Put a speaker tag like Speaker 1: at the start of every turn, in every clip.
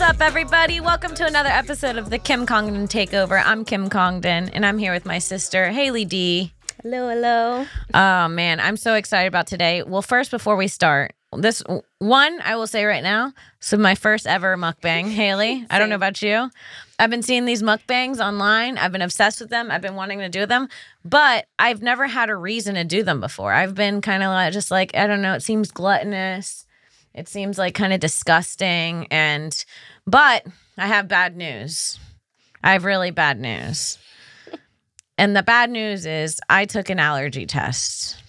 Speaker 1: up, everybody? Welcome to another episode of the Kim Congdon Takeover. I'm Kim Congdon, and I'm here with my sister, Haley D.
Speaker 2: Hello, hello.
Speaker 1: Oh, man, I'm so excited about today. Well, first, before we start, this one I will say right now. So, my first ever mukbang, Haley. I don't know about you. I've been seeing these mukbangs online. I've been obsessed with them. I've been wanting to do them, but I've never had a reason to do them before. I've been kind of like, just like, I don't know, it seems gluttonous. It seems like kind of disgusting. And, but I have bad news. I have really bad news. And the bad news is I took an allergy test.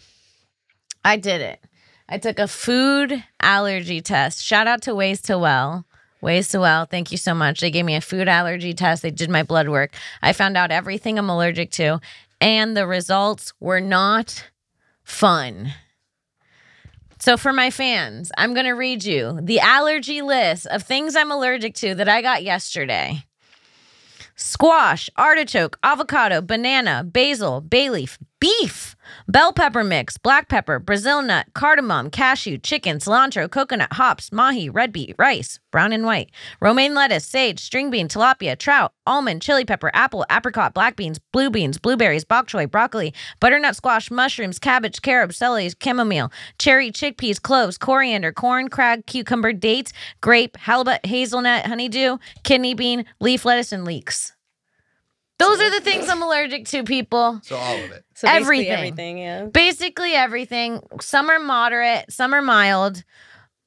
Speaker 1: I did it. I took a food allergy test. Shout out to Ways to Well. Ways to Well, thank you so much. They gave me a food allergy test. They did my blood work. I found out everything I'm allergic to, and the results were not fun. So, for my fans, I'm going to read you the allergy list of things I'm allergic to that I got yesterday squash, artichoke, avocado, banana, basil, bay leaf, beef, bell pepper mix, black pepper, Brazil nut, cardamom, cashew, chicken, cilantro, coconut, hops, mahi, red beet, rice, brown and white, romaine lettuce, sage, string bean, tilapia, trout, almond, chili pepper, apple, apricot, black beans, blue beans, blueberries, bok choy, broccoli, butternut squash, mushrooms, cabbage, carob, celery, chamomile, cherry, chickpeas, cloves, coriander, corn, crab, cucumber, dates, grape, halibut, hazelnut, honeydew, kidney bean, leaf lettuce, and leeks. Those are the things I'm allergic to, people.
Speaker 3: So all of it.
Speaker 2: So basically
Speaker 1: Everything.
Speaker 2: everything, yeah.
Speaker 1: Basically everything. Some are moderate, some are mild.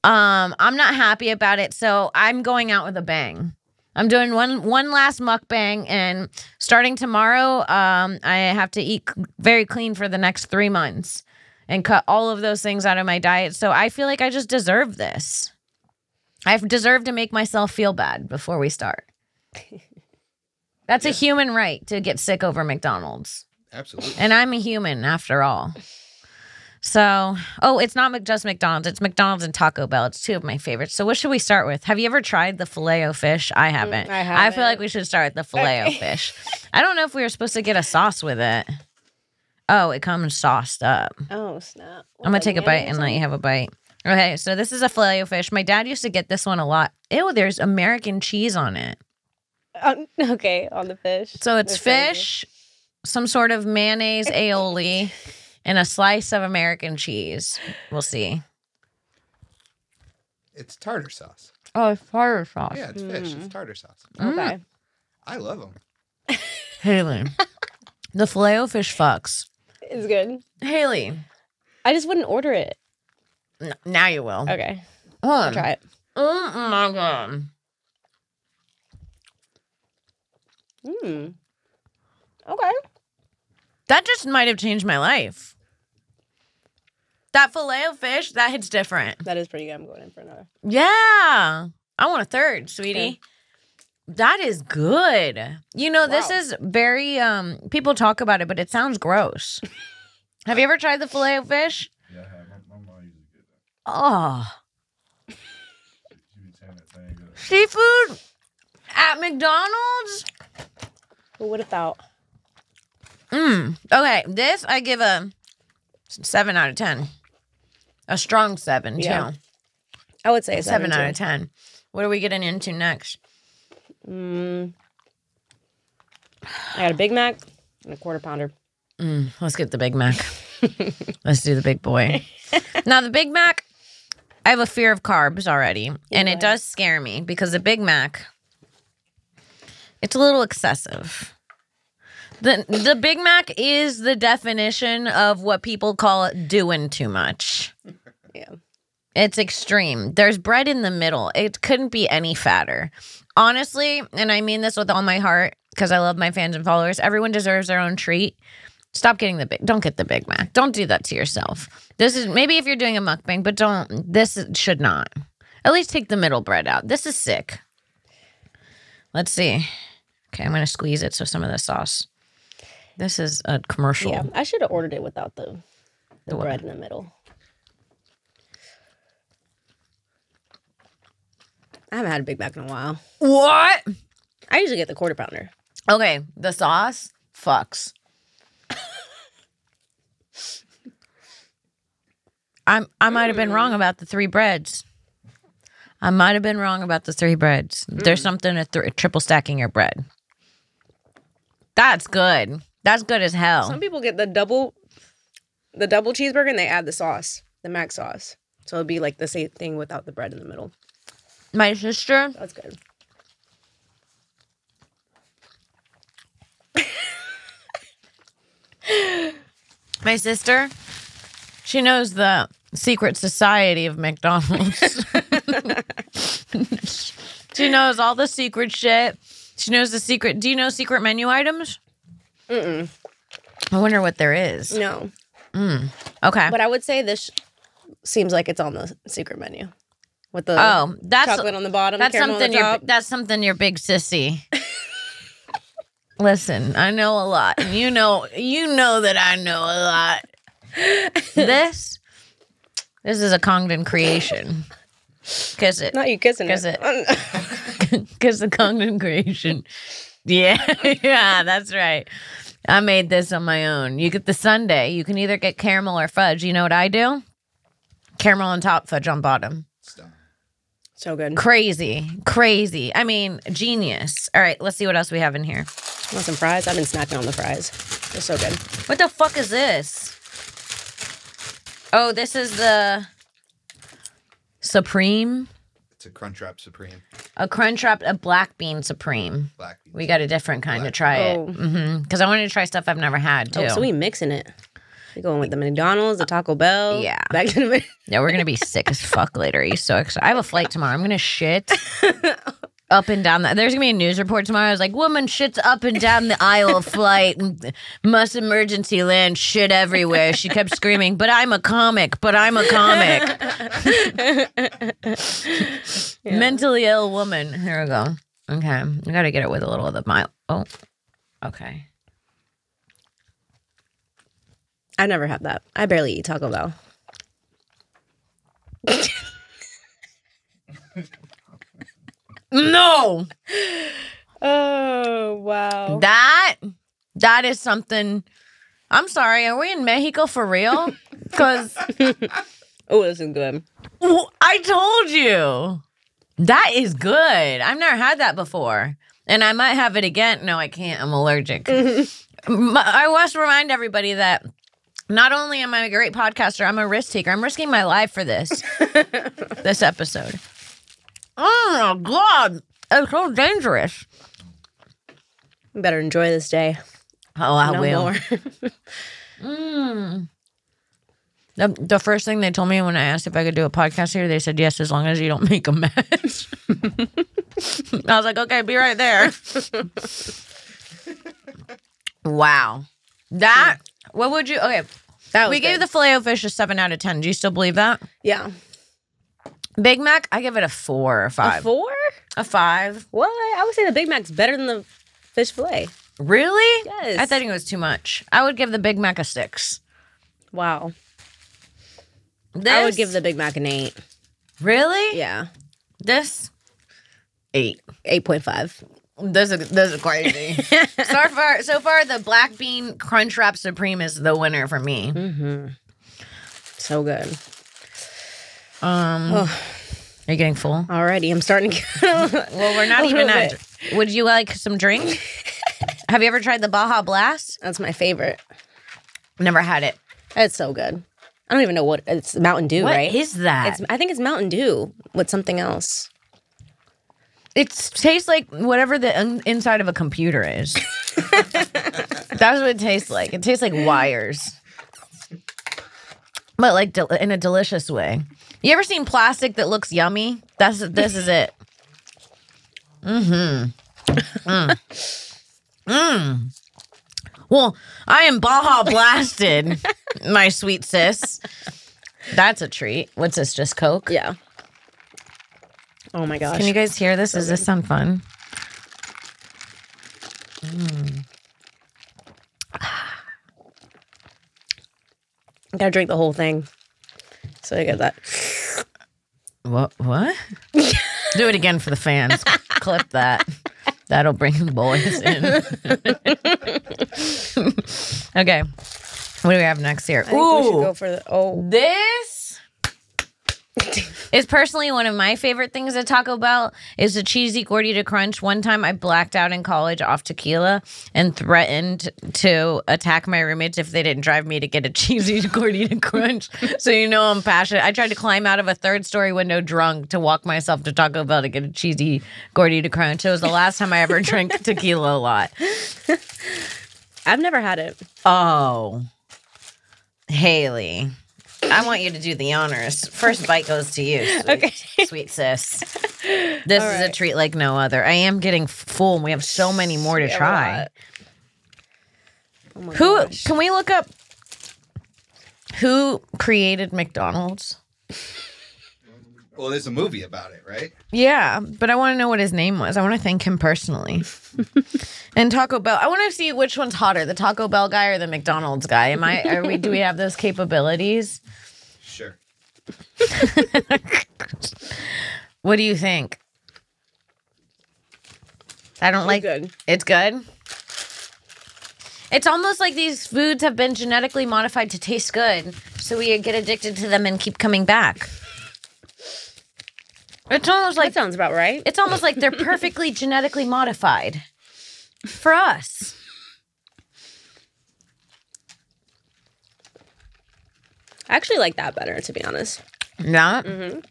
Speaker 1: Um, I'm not happy about it, so I'm going out with a bang. I'm doing one one last mukbang, and starting tomorrow, um, I have to eat c- very clean for the next three months and cut all of those things out of my diet. So I feel like I just deserve this. I deserve to make myself feel bad before we start. That's a human right to get sick over McDonald's.
Speaker 3: Absolutely.
Speaker 1: And I'm a human after all. So, oh, it's not Mc- just McDonald's. It's McDonald's and Taco Bell. It's two of my favorites. So, what should we start with? Have you ever tried the filet o fish? I haven't.
Speaker 2: I
Speaker 1: feel like we should start with the filet o fish. I don't know if we were supposed to get a sauce with it. Oh, it comes sauced up.
Speaker 2: Oh, snap.
Speaker 1: I'm going to take a bite and let you have a bite. Okay, so this is a filet o fish. My dad used to get this one a lot. Ew, there's American cheese on it.
Speaker 2: Um, okay, on the fish.
Speaker 1: So it's
Speaker 2: That's crazy.
Speaker 1: fish, some sort of mayonnaise aioli, and a slice of American cheese. We'll see.
Speaker 3: It's tartar sauce.
Speaker 1: Oh, it's tartar sauce.
Speaker 3: Yeah, it's fish. It's tartar sauce.
Speaker 1: Mm.
Speaker 2: Okay.
Speaker 3: I love them.
Speaker 1: Haley. the filet o fish fucks.
Speaker 2: It's good.
Speaker 1: Haley.
Speaker 2: I just wouldn't order it.
Speaker 1: N- now you will.
Speaker 2: Okay.
Speaker 1: Hold
Speaker 2: I'll
Speaker 1: on.
Speaker 2: try it.
Speaker 1: Oh my god.
Speaker 2: Mm. Okay.
Speaker 1: That just might have changed my life. That filet o fish, that hits different.
Speaker 2: That is pretty good. I'm going in for another.
Speaker 1: Yeah. I want a third, sweetie.
Speaker 2: Okay.
Speaker 1: That is good. You know, this
Speaker 2: Wow.
Speaker 1: is very um people talk about it, but it sounds gross. Have you ever tried the filet of fish?
Speaker 4: Yeah, I have. My, my mom used to get that.
Speaker 1: Oh.
Speaker 4: She be tearing that thing up.
Speaker 1: Seafood at McDonald's?
Speaker 2: But what about?
Speaker 1: Mm. Okay. This I give a seven out of ten. A strong seven,
Speaker 2: Yeah,
Speaker 1: too.
Speaker 2: I would say a
Speaker 1: Seven,
Speaker 2: seven,
Speaker 1: out of ten. What are we getting into next?
Speaker 2: ten. Mm. I got a Big Mac and a quarter pounder.
Speaker 1: Mm, let's get the Big Mac. let's do the big boy. now the Big Mac, I have a fear of carbs already, and
Speaker 2: Yeah.
Speaker 1: it does scare me because the Big Mac, it's a little excessive. the The Big Mac is the definition of what people call doing too much.
Speaker 2: Yeah.
Speaker 1: It's extreme. There's bread in the middle. It couldn't be any fatter. Honestly, and I mean this with all my heart because I love my fans and followers. Everyone deserves their own treat. Stop getting the big. Don't get the Big Mac. Don't do that to yourself. This is maybe if you're doing a mukbang, but don't. This is- should not. At least take the middle bread out. This is sick. Let's see. Okay, I'm gonna squeeze it so some of the sauce. This is a commercial.
Speaker 2: Yeah. I should have ordered it without the the
Speaker 1: The what?
Speaker 2: bread in the middle. I haven't had a Big Mac in a while.
Speaker 1: What?
Speaker 2: I usually get the quarter pounder.
Speaker 1: Okay, the sauce fucks. I'm I might have been wrong about the three breads. I might have been wrong about the three breads. There's something to th- triple stacking your bread. That's good. That's good as hell.
Speaker 2: Some people get the double, the double cheeseburger, and they add the sauce, the mac sauce. So it'd be like the same thing without the bread in the middle.
Speaker 1: My sister,
Speaker 2: That's good.
Speaker 1: my sister, she knows the secret society of McDonald's. she knows all the secret shit. She knows the secret. Do you know secret menu items?
Speaker 2: Mm-mm.
Speaker 1: I wonder what there is.
Speaker 2: No,
Speaker 1: Okay.
Speaker 2: but I would say this seems like it's on the secret menu, with the
Speaker 1: Oh, that's
Speaker 2: chocolate on the bottom,
Speaker 1: that's
Speaker 2: caramel
Speaker 1: something
Speaker 2: on the
Speaker 1: your
Speaker 2: top.
Speaker 1: that's something your big sissy. Listen, I know a lot. and You know, you know that I know a lot. this, this is a Congdon creation. Kiss it,
Speaker 2: Not you kissing
Speaker 1: Kiss it.
Speaker 2: it.
Speaker 1: kiss the Congdon creation. Yeah, yeah, that's right. I made this on my own. You get the Sunday. You can either get caramel or fudge. You know what I do? Caramel on top, fudge on bottom.
Speaker 3: Stop.
Speaker 2: so good.
Speaker 1: Crazy, crazy. I mean, genius. All right, let's see what else we have in here.
Speaker 2: Want some fries? I've been snacking on the fries. They're so good.
Speaker 1: What the fuck is this? Oh, this is the Supreme,
Speaker 3: It's a Crunchwrap Supreme
Speaker 1: a crunch wrap, a black bean Supreme.
Speaker 3: black bean.
Speaker 1: We got a different kind to try it.
Speaker 2: Oh.
Speaker 1: Mm-hmm. Because I wanted to try stuff I've never had too.
Speaker 2: Oh, so we mixing it. We going with the McDonald's, the Taco Bell.
Speaker 1: Yeah.
Speaker 2: Back to the
Speaker 1: Yeah, we're gonna be sick as fuck later. Are you so excited? I have a flight tomorrow. I'm gonna shit up and down. The- There's gonna be a news report tomorrow. It's like woman shits up and down the aisle of flight. and Must emergency land. Shit everywhere. She kept screaming, "But I'm a comic. But I'm a comic."
Speaker 2: Yeah.
Speaker 1: Mentally ill woman. Here we go. Okay, I gotta get it with a little of the mile. Oh, okay.
Speaker 2: I never had that. I barely eat Taco Bell.
Speaker 1: No,
Speaker 2: Oh wow.
Speaker 1: that that is something. I'm sorry. Are we in Mexico for real? Because.
Speaker 2: oh, this is good.
Speaker 1: Well, I told you. That is good. I've never had that before. And I might have it again. No, I can't. I'm allergic. M- I must remind everybody that not only am I a great podcaster, I'm a risk taker. I'm risking my life for this this episode. Oh my god. It's so dangerous.
Speaker 2: We better enjoy this day.
Speaker 1: Oh, I
Speaker 2: no
Speaker 1: will.
Speaker 2: more.
Speaker 1: Mm. The, Um, the first thing they told me when I asked if I could do a podcast here, they said yes, as long as you don't make a mess. I was like, okay, be right there. wow, that what would you? Okay,
Speaker 2: That was
Speaker 1: we gave
Speaker 2: good.
Speaker 1: the filet fish a seven out of ten. Do you still believe that?
Speaker 2: yeah
Speaker 1: Big Mac, I give it a four or five.
Speaker 2: a four.
Speaker 1: A five,
Speaker 2: What? I would say the Big Mac's better than the fish fillet.
Speaker 1: really?
Speaker 2: Yes.
Speaker 1: I think it was too much. I would give the Big Mac a six.
Speaker 2: Wow.
Speaker 1: This,
Speaker 2: I would give the Big Mac an eight.
Speaker 1: really
Speaker 2: Yeah,
Speaker 1: this eight.
Speaker 2: eight point five.
Speaker 1: This is this is crazy. so far, so far, the black bean crunch wrap supreme is the winner for me.
Speaker 2: Mm-hmm. So good.
Speaker 1: Um, are you getting full?
Speaker 2: Alrighty, I'm starting to get.
Speaker 1: Well, we're not
Speaker 2: A
Speaker 1: even
Speaker 2: little
Speaker 1: at. Would you like some drink? Have you ever tried the Baja Blast?
Speaker 2: That's my favorite.
Speaker 1: Never had it.
Speaker 2: It's so good. I don't even know what it's Mountain Dew,
Speaker 1: What is
Speaker 2: right?
Speaker 1: that?
Speaker 2: it's I think it's Mountain Dew with something else.
Speaker 1: It's, tastes like whatever the in- inside of a computer is. That's what it tastes like. It tastes like wires, but like del- in a delicious way. You ever seen plastic that looks yummy? That's this is it. Mm-hmm. Mm. Mm. Well, I am Baja blasted, my sweet sis. That's a treat. What's this? Just Coke?
Speaker 2: Yeah. Oh my gosh.
Speaker 1: Can you guys hear this? Does this sound fun?
Speaker 2: gotta drink the whole thing. So I got that.
Speaker 1: What? What? Do it again for the fans. Clip that. That'll bring the boys in. okay. What do we have next here?
Speaker 2: I think we should go for the oh
Speaker 1: this is personally one of my favorite things at Taco Bell is the cheesy gordita crunch. One time I blacked out in college off tequila and threatened to attack my roommates if they didn't drive me to get a cheesy gordita crunch. so you know I'm passionate. I tried to climb out of a third story window drunk to walk myself to Taco Bell to get a cheesy gordita crunch. It was the last time I ever drank tequila a lot.
Speaker 2: I've never had it.
Speaker 1: Oh, Haley. I want you to do the honors. First bite goes to you, sweet, sweet sis. This
Speaker 2: All
Speaker 1: is a
Speaker 2: right.
Speaker 1: treat like no other. I am getting full, and we have so many more to
Speaker 2: We have a
Speaker 1: try.
Speaker 2: lot. Oh my
Speaker 1: Who
Speaker 2: gosh.
Speaker 1: can we look up? Who created McDonald's?
Speaker 3: Well, there's a movie about it, right?
Speaker 1: Yeah, but I want to know what his name was. I want to thank him personally. and Taco Bell. I want to see which one's hotter, the Taco Bell guy or the McDonald's guy. Am I? Are we? Do we have those capabilities?
Speaker 3: Sure.
Speaker 1: What do you think? I don't like
Speaker 2: good.
Speaker 1: It's good. It's almost like these foods have been genetically modified to taste good, so we get addicted to them and keep coming back. It's almost like
Speaker 2: That sounds about right.
Speaker 1: it's almost like they're perfectly genetically modified for us.
Speaker 2: I actually like that better, to be honest.
Speaker 1: Yeah. Mm.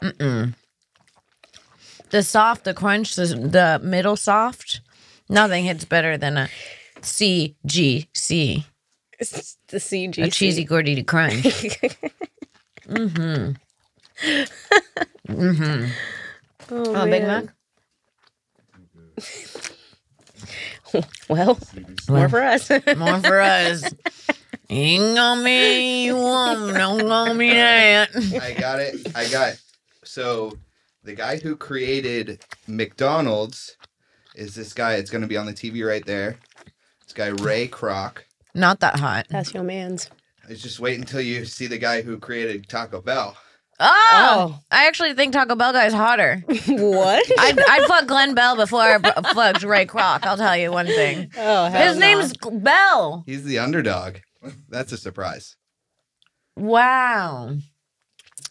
Speaker 1: Mm-mm. The soft, the crunch, the, the middle soft. Nothing hits better than a CGC,
Speaker 2: It's the CG.
Speaker 1: a cheesy gordita crunch. Mm-hmm.
Speaker 2: Oh,
Speaker 1: Oh, Big Mac.
Speaker 2: man. Well, more for us.
Speaker 1: More for us. Ain't gonna be you want, don't gonna be that.
Speaker 3: I got it. I got. So, the guy who created McDonald's is this guy. It's going to be on the TV right there. This guy Ray Kroc.
Speaker 1: Not that hot.
Speaker 2: That's your man's.
Speaker 3: It's just wait until you see the guy who created Taco Bell.
Speaker 1: Oh, I actually think Taco Bell guy's hotter.
Speaker 2: what?
Speaker 1: I'd, I'd fuck Glenn Bell before I b- fucked Ray Kroc. I'll tell you one thing.
Speaker 2: oh, hell
Speaker 1: His
Speaker 2: no.
Speaker 1: name's G- Bell.
Speaker 3: He's the underdog. That's a surprise.
Speaker 1: Wow.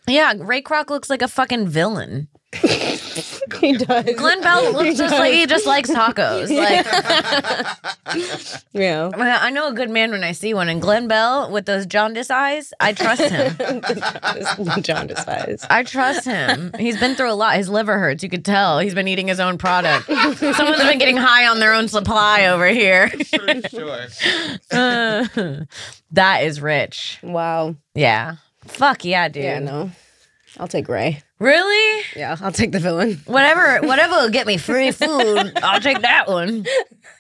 Speaker 1: Yeah, Ray Kroc looks like a fucking villain.
Speaker 2: he does.
Speaker 1: Glenn Bell looks just like he just likes tacos. Like
Speaker 2: Yeah.
Speaker 1: I know a good man when I see one, and Glenn Bell with those jaundice eyes, I trust him.
Speaker 2: jaundice eyes.
Speaker 1: I trust him. He's been through a lot. His liver hurts. You could tell. He's been eating his own product. Someone's been getting high on their own supply over here.
Speaker 3: sure, sure.
Speaker 1: Uh, that is rich.
Speaker 2: Wow.
Speaker 1: Yeah. Fuck yeah, dude.
Speaker 2: Yeah, no. I'll take Ray.
Speaker 1: Really?
Speaker 2: Yeah, I'll take the villain.
Speaker 1: Whatever, whatever will get me free food, I'll take that one.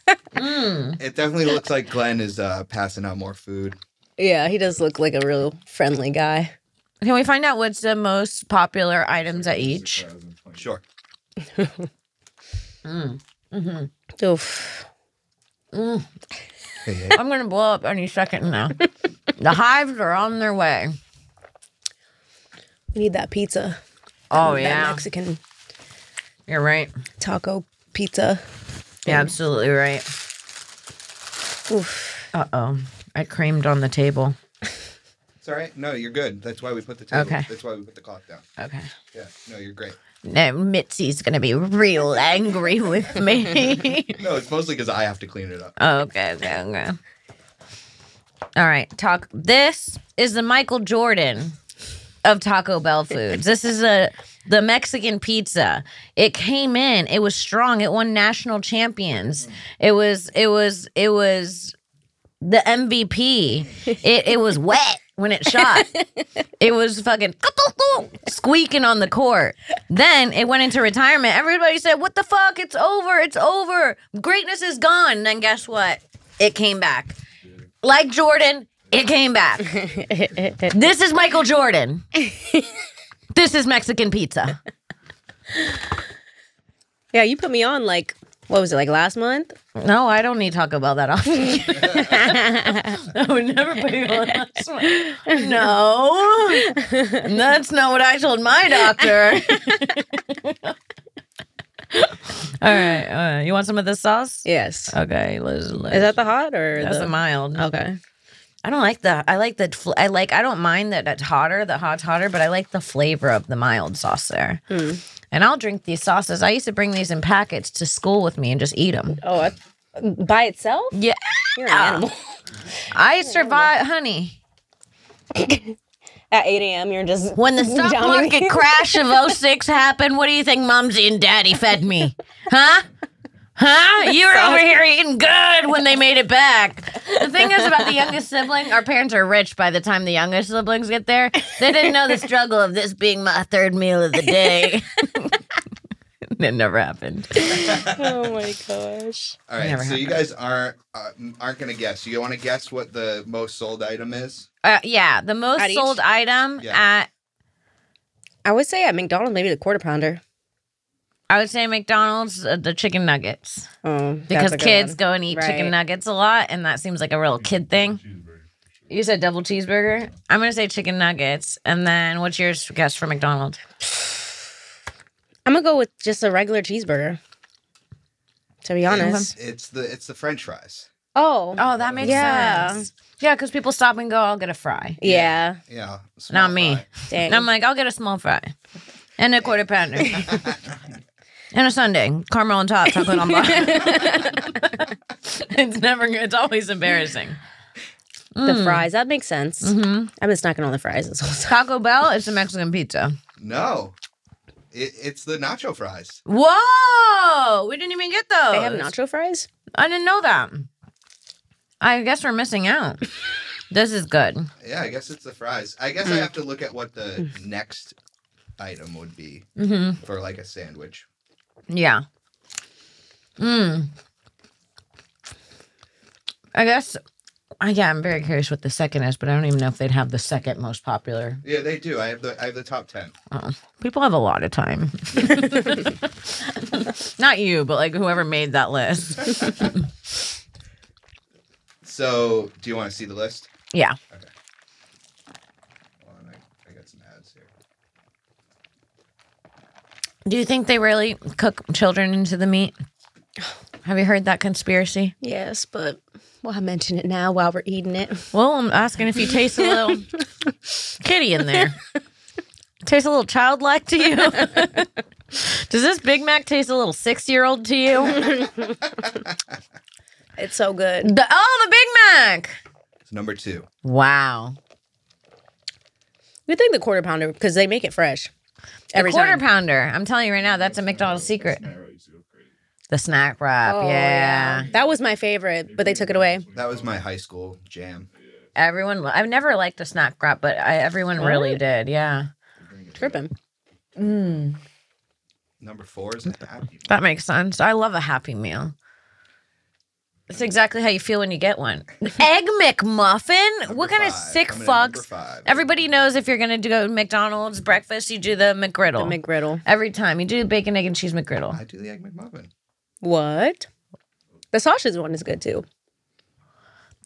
Speaker 3: It definitely looks like Glenn is uh, passing out more food.
Speaker 2: Yeah, he does look like a real friendly guy.
Speaker 1: Can we find out what's the most popular items at each?
Speaker 4: 2020.
Speaker 3: Sure.
Speaker 2: Oof.
Speaker 3: Hey, hey.
Speaker 1: I'm gonna blow up any second now. the hives are on their way.
Speaker 2: We need that pizza.
Speaker 1: Oh
Speaker 2: that
Speaker 1: yeah,
Speaker 2: Mexican
Speaker 1: you're right.
Speaker 2: taco pizza.
Speaker 1: You're absolutely right.
Speaker 2: Oof.
Speaker 1: Uh oh, I creamed on the table.
Speaker 3: It's all right. No, you're good. That's why we put the table.
Speaker 1: Okay.
Speaker 3: That's why we put the clock down.
Speaker 1: Okay.
Speaker 3: Yeah. No, you're great.
Speaker 1: Now Mitzi's gonna be real angry with me.
Speaker 3: No, it's mostly because I have to clean it up.
Speaker 1: Oh, okay, okay, okay. All right, talk. This is the Michael Jordan of Taco Bell foods. This is a the Mexican pizza. It came in. It was strong. It won national champions. It was. It was. It was the MVP. It. It was wet when it shot. It was fucking squeaking on the court. Then it went into retirement. Everybody said, What the fuck? It's over. It's over. Greatness is gone. And then guess what? It came back. Like Jordan, it came back. this is Michael Jordan. this is Mexican pizza.
Speaker 2: Yeah, you put me on like what was it like last month?
Speaker 1: No, I don't need Taco Bell that often. I would never put you on last one. No, that's not what I told my doctor. all right, uh, you want some of this sauce?
Speaker 2: Yes.
Speaker 1: Okay, let's, let's,
Speaker 2: Is that the hot or
Speaker 1: that's
Speaker 2: the
Speaker 1: a mild?
Speaker 2: Okay.
Speaker 1: I don't like the. I like the. fl- I like. I don't mind that it's hotter. The hot's hotter, but I like the flavor of the mild sauce there. And I'll drink these sauces. I used to bring these in packets to school with me and just eat them.
Speaker 2: Oh, I, by itself?
Speaker 1: Yeah,
Speaker 2: You're an animal.
Speaker 1: I survived, honey.
Speaker 2: At 8 a.m., you're just
Speaker 1: When the stock
Speaker 2: Downing.
Speaker 1: market crash of 06 happened, what do you think Mumsy and Daddy fed me? Huh? Huh? You were over here eating good when they made it back. The thing is about the youngest sibling, our parents are rich by the time the youngest siblings get there. They didn't know the struggle of this being my third meal of the day. it never happened.
Speaker 2: Oh my gosh.
Speaker 3: All right,
Speaker 1: Never
Speaker 3: so you guys aren't uh, aren't gonna guess. You want to guess what the most sold item is?
Speaker 1: Uh, yeah, the most
Speaker 2: At each?
Speaker 1: sold item
Speaker 3: Yeah.
Speaker 1: at
Speaker 2: I would say at McDonald's, maybe the quarter pounder.
Speaker 1: I would say McDonald's uh, the chicken nuggets
Speaker 2: Oh, that's
Speaker 1: because
Speaker 2: a good
Speaker 1: kids
Speaker 2: one.
Speaker 1: go and eat chicken
Speaker 2: Right.
Speaker 1: nuggets a lot, and that seems like a real kid thing.
Speaker 4: Cheeseburger.
Speaker 1: You said double cheeseburger. I'm gonna say chicken nuggets, and then what's yours guess for McDonald's?
Speaker 2: I'm gonna go with just a regular cheeseburger. To be honest.
Speaker 3: it's the it's the French fries.
Speaker 2: Oh.
Speaker 1: Oh, that makes
Speaker 2: Yeah.
Speaker 1: sense. Yeah, because people stop and go. I'll get a fry.
Speaker 2: Yeah.
Speaker 3: Yeah, small
Speaker 1: Not me.
Speaker 3: fry.
Speaker 2: Dang.
Speaker 1: And I'm like, I'll get a small fry and a quarter pounder and a sundae, caramel on top, chocolate on bottom. it's never. good. It's always embarrassing. mm.
Speaker 2: The fries. That makes sense.
Speaker 1: Mm-hmm.
Speaker 2: I've been snacking on the fries this whole time.
Speaker 1: Taco Bell is a Mexican pizza.
Speaker 3: No, it, it's the nacho fries.
Speaker 1: Whoa! We didn't even get those.
Speaker 2: They have nacho fries?
Speaker 1: I didn't know that. I guess we're missing out. this is good.
Speaker 3: Yeah, I guess it's the fries. I
Speaker 1: Hmm.
Speaker 3: guess I have to look at what the next item would be
Speaker 1: hmm
Speaker 3: for like a sandwich.
Speaker 1: Yeah. Mm. I guess. I yeah, I'm very curious what the second is, but I don't even know if they'd have the second most popular.
Speaker 3: Yeah, they do. I have the I have the top ten.
Speaker 1: People have a lot of time. Not you, but like whoever made that list.
Speaker 3: So, do you want to see the list?
Speaker 1: Yeah.
Speaker 3: Hold on, I, I got some ads here.
Speaker 1: Do you think they really cook children into the meat? Have you heard that conspiracy?
Speaker 2: Yes, but well, I mention it now while we're eating it.
Speaker 1: Well, I'm asking if you taste a little kitty in there. Tastes a little childlike to you. Does this Big Mac taste a little six year old to you?
Speaker 2: It's so good.
Speaker 1: The, oh, the Big Mac.
Speaker 3: So number two.
Speaker 1: Wow.
Speaker 2: You think the quarter pounder because they make it fresh.
Speaker 1: The
Speaker 2: Every
Speaker 1: quarter
Speaker 2: time.
Speaker 1: pounder. I'm telling you right now, that's a McDonald's secret.
Speaker 4: Snack right, used to go crazy.
Speaker 1: The snack wrap.
Speaker 2: Oh,
Speaker 1: yeah.
Speaker 2: That was my favorite, but they took it away.
Speaker 3: That was my high school jam.
Speaker 1: Everyone, lo- I've never liked the snack wrap, but I, everyone really did. Yeah.
Speaker 2: Tripping.
Speaker 1: Mm,
Speaker 3: Number four is a happy. Meal.
Speaker 1: that makes sense. I love a Happy Meal. It's exactly how you feel when you get one. Egg McMuffin? what
Speaker 3: Number
Speaker 1: kind of
Speaker 3: five,
Speaker 1: sick
Speaker 3: coming in at number
Speaker 1: fucks?
Speaker 3: five.
Speaker 1: Everybody knows if you're gonna do go to McDonald's breakfast, you do the
Speaker 2: The
Speaker 1: McGriddle.
Speaker 2: McGriddle.
Speaker 1: Every time you do bacon, egg, and cheese McGriddle.
Speaker 3: I do the egg McMuffin.
Speaker 2: What? The sausage one is good too.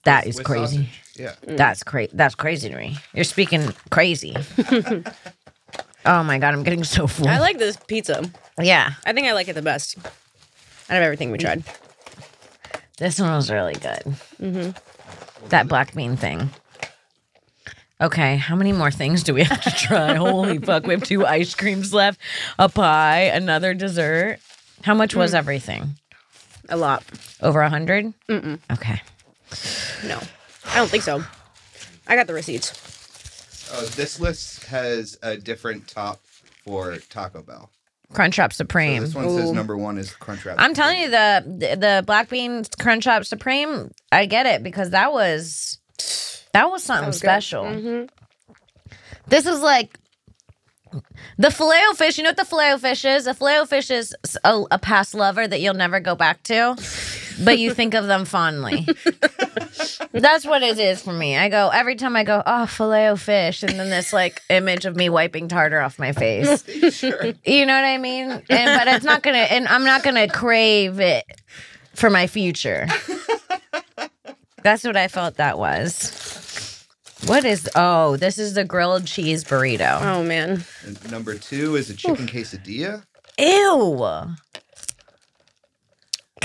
Speaker 1: That is
Speaker 3: With
Speaker 1: crazy.
Speaker 3: sausage. Yeah.
Speaker 1: That's crazy. That's crazy to me. You're speaking crazy. oh my god, I'm getting so full.
Speaker 2: I like this pizza.
Speaker 1: yeah,
Speaker 2: I think I like it the best out of everything we tried.
Speaker 1: this one was really good.
Speaker 3: Mm-hmm.
Speaker 1: That black bean thing. Okay, how many more things do we have to try? Holy fuck, we have two ice creams left, a pie, another dessert. How much was
Speaker 3: Mm.
Speaker 1: everything?
Speaker 2: A lot.
Speaker 1: Over a hundred? Okay.
Speaker 2: No, I don't think so. I got the receipts.
Speaker 3: Oh, this list has a different top for Taco Bell.
Speaker 1: Crunchwrap
Speaker 3: So
Speaker 1: Supreme.
Speaker 3: this one says
Speaker 2: Ooh.
Speaker 3: number one is Crunchwrap.
Speaker 1: I'm telling you, the the- the black bean crunchwrap supreme. I get it because that was that was something
Speaker 2: was good.
Speaker 1: special. This is like the filet fish. You know what the filet fish is? A filet fish is s- a, a past lover that you'll never go back to, but you think of them fondly. That's what it is for me. I go every time I go, oh, filet fish, and then this like image of me wiping tartar off my face.
Speaker 3: Pretty sure.
Speaker 1: You know what I mean? And but it's not gonna and I'm not gonna crave it for my future. That's what I felt that was. What is oh, this is the grilled cheese burrito.
Speaker 2: Oh man,
Speaker 3: And number two is a chicken quesadilla.
Speaker 1: Ew.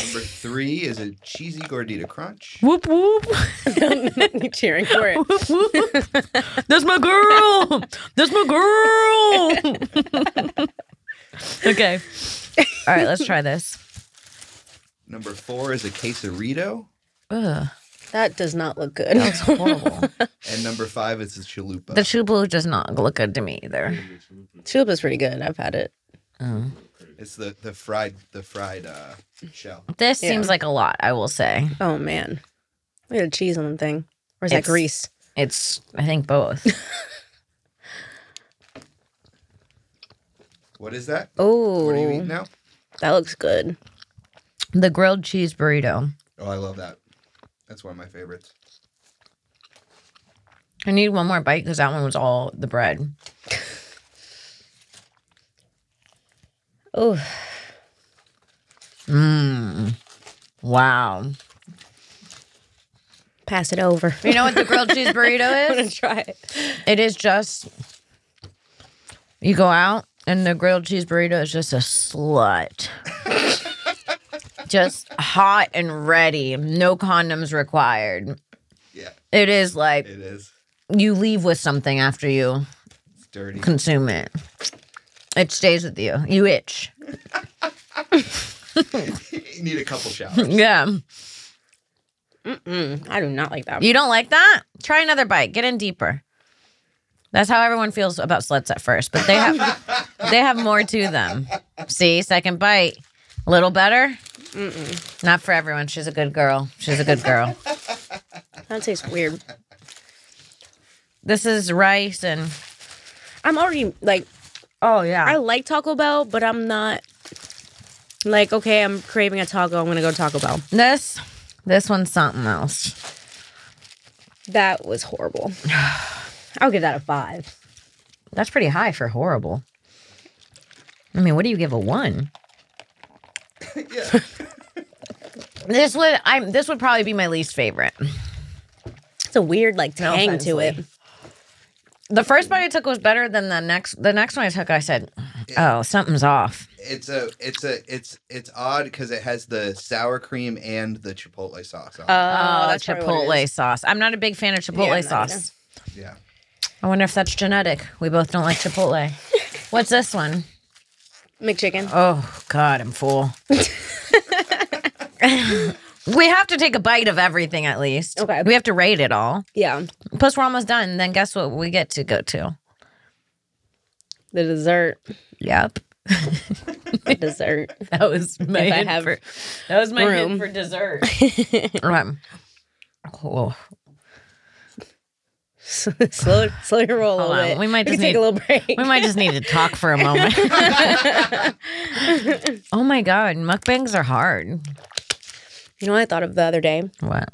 Speaker 3: Number three is a cheesy gordita crunch.
Speaker 1: Whoop whoop.
Speaker 2: You're cheering for it.
Speaker 1: whoop whoop. That's my girl. That's my girl. okay. All right, let's try this.
Speaker 3: Number four is a quesarito,
Speaker 1: Ugh,
Speaker 2: That does not look good.
Speaker 1: that's horrible.
Speaker 3: and number five is a chalupa.
Speaker 1: the true blue does not look good to me either.
Speaker 2: Chalupa's pretty good. I've had it.
Speaker 1: Oh.
Speaker 3: it's the the fried the fried uh, shell.
Speaker 1: This
Speaker 2: Yeah.
Speaker 1: seems like a lot, I will say.
Speaker 2: Oh man, look at the cheese on the thing. Or is that
Speaker 1: It's-
Speaker 2: grease?
Speaker 1: It's I think both.
Speaker 3: What is that? What are you
Speaker 2: Oh,
Speaker 3: eating now?
Speaker 2: that looks good.
Speaker 1: the grilled cheese burrito.
Speaker 3: Oh, I love that. That's one of my favorites.
Speaker 1: I need one more bite because that one was all the bread.
Speaker 2: Oh,
Speaker 1: Mmm. Wow.
Speaker 2: pass it over.
Speaker 1: You know what the grilled cheese burrito
Speaker 2: I'm
Speaker 1: is?
Speaker 2: gonna try it.
Speaker 1: It is just you go out and the grilled cheese burrito is just a slut. just hot and ready. No condoms required.
Speaker 3: Yeah,
Speaker 1: It is like
Speaker 3: it is.
Speaker 1: you leave with something after you
Speaker 3: It's dirty.
Speaker 1: consume it. It stays with you. You itch.
Speaker 3: you need a couple showers.
Speaker 1: Yeah.
Speaker 2: Mm-mm, I do not like that.
Speaker 1: You don't like that? Try another bite. Get in deeper. That's how everyone feels about sluts at first, but they have they have more to them. See, second bite, a little better.
Speaker 2: Mm-mm.
Speaker 1: Not for everyone. She's a good girl. She's a good girl.
Speaker 2: That tastes weird.
Speaker 1: this is rice and
Speaker 2: I'm already like
Speaker 1: oh
Speaker 2: I
Speaker 1: yeah,
Speaker 2: like Taco Bell, but I'm not like okay. I'm craving a taco. I'm gonna go Taco Bell.
Speaker 1: this this one's something else.
Speaker 2: That was horrible. I'll give that a five.
Speaker 1: That's pretty high for horrible. I mean, what do you give a one?
Speaker 3: yeah.
Speaker 1: This would I'm this would probably be my least favorite.
Speaker 2: It's a weird like
Speaker 1: No
Speaker 2: tang
Speaker 1: offense, oh,
Speaker 2: to it.
Speaker 1: Lee. The first bite I took was better than the next. The next one I took, I said, "Oh, something's off."
Speaker 3: It's a it's a it's it's odd because it has the sour cream and the chipotle sauce on.
Speaker 2: Uh.
Speaker 3: it.
Speaker 1: Oh,
Speaker 2: probably what it
Speaker 1: chipotle
Speaker 2: is.
Speaker 1: sauce. I'm not a big fan of chipotle
Speaker 2: Yeah, I'm not
Speaker 1: sauce.
Speaker 3: yeah.
Speaker 1: I wonder if that's genetic. We both don't like chipotle. What's this one?
Speaker 2: McChicken.
Speaker 1: Oh God, I'm full. we have to take a bite of everything at least.
Speaker 2: Okay.
Speaker 1: We have to rate it all.
Speaker 2: Yeah,
Speaker 1: Plus, we're almost done. Then guess what? We get to go to.
Speaker 2: the dessert.
Speaker 1: Yep.
Speaker 2: The dessert.
Speaker 1: That was my
Speaker 2: If I
Speaker 1: hint
Speaker 2: have
Speaker 1: for that was my
Speaker 2: room.
Speaker 1: hint for dessert. um, oh,
Speaker 2: slow, slow your roll a
Speaker 1: Hold
Speaker 2: little
Speaker 1: on,
Speaker 2: bit.
Speaker 1: we might
Speaker 2: can
Speaker 1: just
Speaker 2: take a
Speaker 1: need-
Speaker 2: little break.
Speaker 1: we might just need to talk for a moment. oh my god, mukbangs are hard.
Speaker 2: You know what I thought of the other day
Speaker 1: What?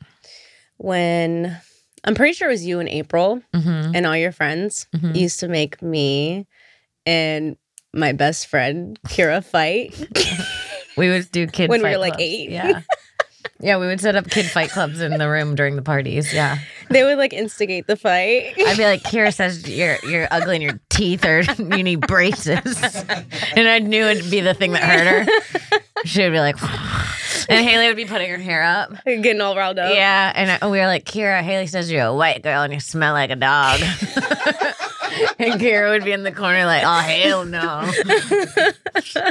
Speaker 2: when I'm pretty sure it was you in April
Speaker 1: Mm-hmm.
Speaker 2: and all your friends
Speaker 1: Mhm.
Speaker 2: used to make me and my best friend Kira fight.
Speaker 1: We would do kid
Speaker 2: When we
Speaker 1: fight
Speaker 2: were, like,
Speaker 1: clubs.
Speaker 2: eight.
Speaker 1: Yeah. Yeah, we would set up kid fight clubs in the room during the parties. Yeah,
Speaker 2: they would like instigate the fight.
Speaker 1: I'd be like, Kira says you're you're ugly and your teeth are you need braces, and I knew it'd be the thing that hurt her. She would be like, and Haley would be putting her hair up.
Speaker 2: Getting all riled up.
Speaker 1: Yeah, and I, we were like, Kira, Haley says you're a white girl and you smell like a dog. and Kira would be in the corner like, oh hell no.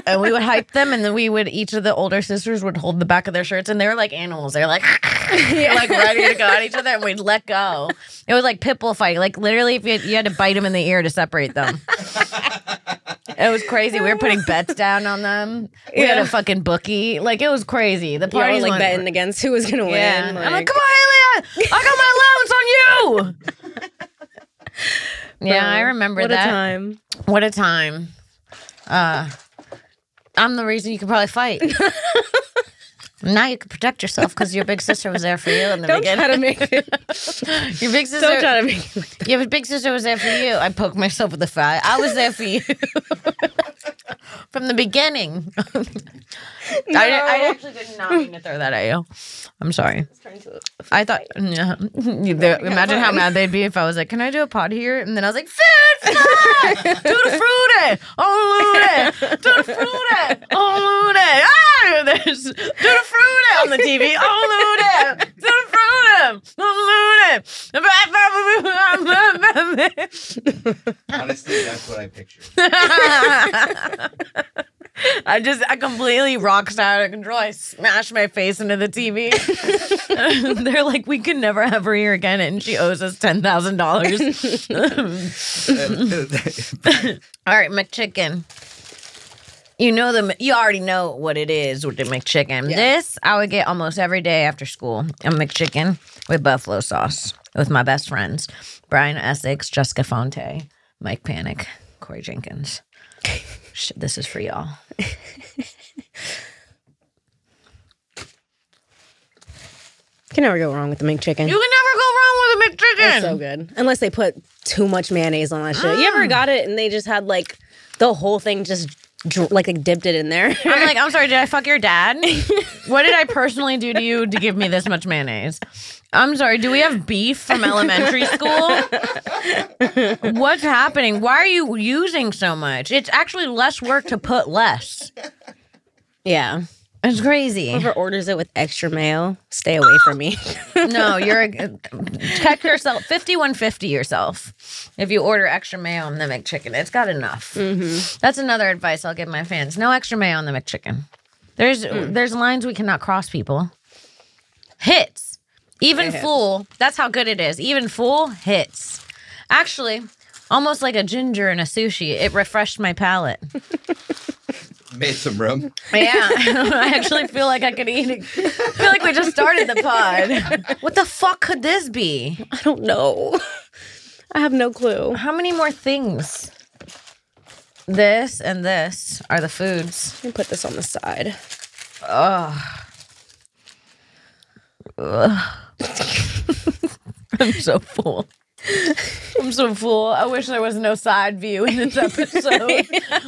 Speaker 1: and we would hype them, and then we would each of the older sisters would hold the back of their shirts, and they were like animals. They're like, they're like ready to go at each other, and we'd let go. It was like pit bull fighting. Like literally, if you, you had to bite them in the ear to separate them. It was crazy. We were putting bets down on them. We had
Speaker 2: Yeah.
Speaker 1: a fucking bookie. Like it was crazy. The
Speaker 2: Y'all were,
Speaker 1: parties
Speaker 2: like
Speaker 1: went-
Speaker 2: betting against who was gonna
Speaker 1: yeah.
Speaker 2: win.
Speaker 1: I'm like, come on, Haley, I, I got my allowance on you. yeah, I remember
Speaker 2: what
Speaker 1: that.
Speaker 2: a time.
Speaker 1: What a time. Uh, I'm the reason you could probably fight. now you can protect yourself because your big sister was there for you in the
Speaker 2: Don't
Speaker 1: beginning.
Speaker 2: try to make it.
Speaker 1: Your big
Speaker 2: Don't
Speaker 1: sister,
Speaker 2: try to make it.
Speaker 1: your big sister was there for you. I poked myself with a fly. I was there for you. From the beginning, I, I
Speaker 2: No.
Speaker 1: actually did not mean to throw that at you. I'm sorry.
Speaker 2: It's turned to Oh a-
Speaker 1: I thought, yeah. You- they're- imagine how mad they'd be if I was like, "Can I do a pod here?" And then I was like, "Food, Tutti frutti, oh Luna, tutti frutti, oh Luna. Ah, there's tutti frutti on the TV, oh Luna, tutti frutti, oh Luna.
Speaker 3: Honestly, that's what I pictured.
Speaker 1: I just I completely rock star out of control. I smash my face into the TV. They're like, we can never have her here again, and she owes us ten thousand dollars. All right, McChicken. You know the you already know what it is with the McChicken.
Speaker 2: Yeah.
Speaker 1: This I would get almost every day after school. A McChicken with buffalo sauce with my best friends Brian Essex, Jessica Fonte, Mike Panic, Corey Jenkins. Shit, this is for y'all.
Speaker 2: Can never go wrong with the McChicken.
Speaker 1: You can never go wrong with a McChicken.
Speaker 2: It's so good. Unless they put too much mayonnaise on that shit. You
Speaker 1: Mm.
Speaker 2: ever got it and they just had like the whole thing just dr- like they dipped it in there?
Speaker 1: I'm like, I'm sorry, did I fuck your dad? what did I personally do to you to give me this much mayonnaise? I'm sorry, do we have beef from elementary school? What's happening? Why are you using so much? It's actually less work to put less.
Speaker 2: yeah.
Speaker 1: It's crazy.
Speaker 2: Whoever orders it with extra mayo, stay away from me.
Speaker 1: No, you're a, check yourself. Fifty-one fifty yourself. If you order extra mayo on the McChicken, it's got enough. That's another advice I'll give my fans: no extra mayo on the McChicken. There's there's lines we cannot cross, people. Hits, even
Speaker 2: It hits.
Speaker 1: fool. That's how good it is. Even fool hits. Actually, almost like a ginger in a sushi. It refreshed my palate.
Speaker 3: Made some room.
Speaker 1: Yeah, I actually feel like I could eat. it. I feel like we just started the pod. What the fuck could this be?
Speaker 2: I don't know. I have no clue.
Speaker 1: How many more things? This and this are the foods.
Speaker 2: Let me put this on the side.
Speaker 1: I'm so full. I'm so full. I wish there was no side view in this episode.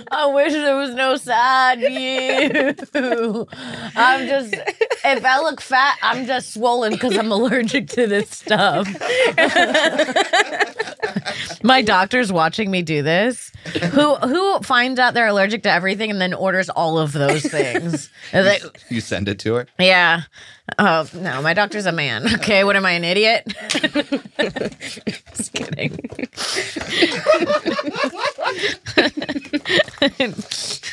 Speaker 1: I wish there was no side view. I'm just, if I look fat, I'm just swollen because I'm allergic to this stuff. My doctor's watching me do this. Who who finds out they're allergic to everything and then orders all of those things? They're like,
Speaker 3: You send it to her.
Speaker 1: Yeah. Oh no, my doctor's a man. Okay, what am I, an idiot? Just kidding.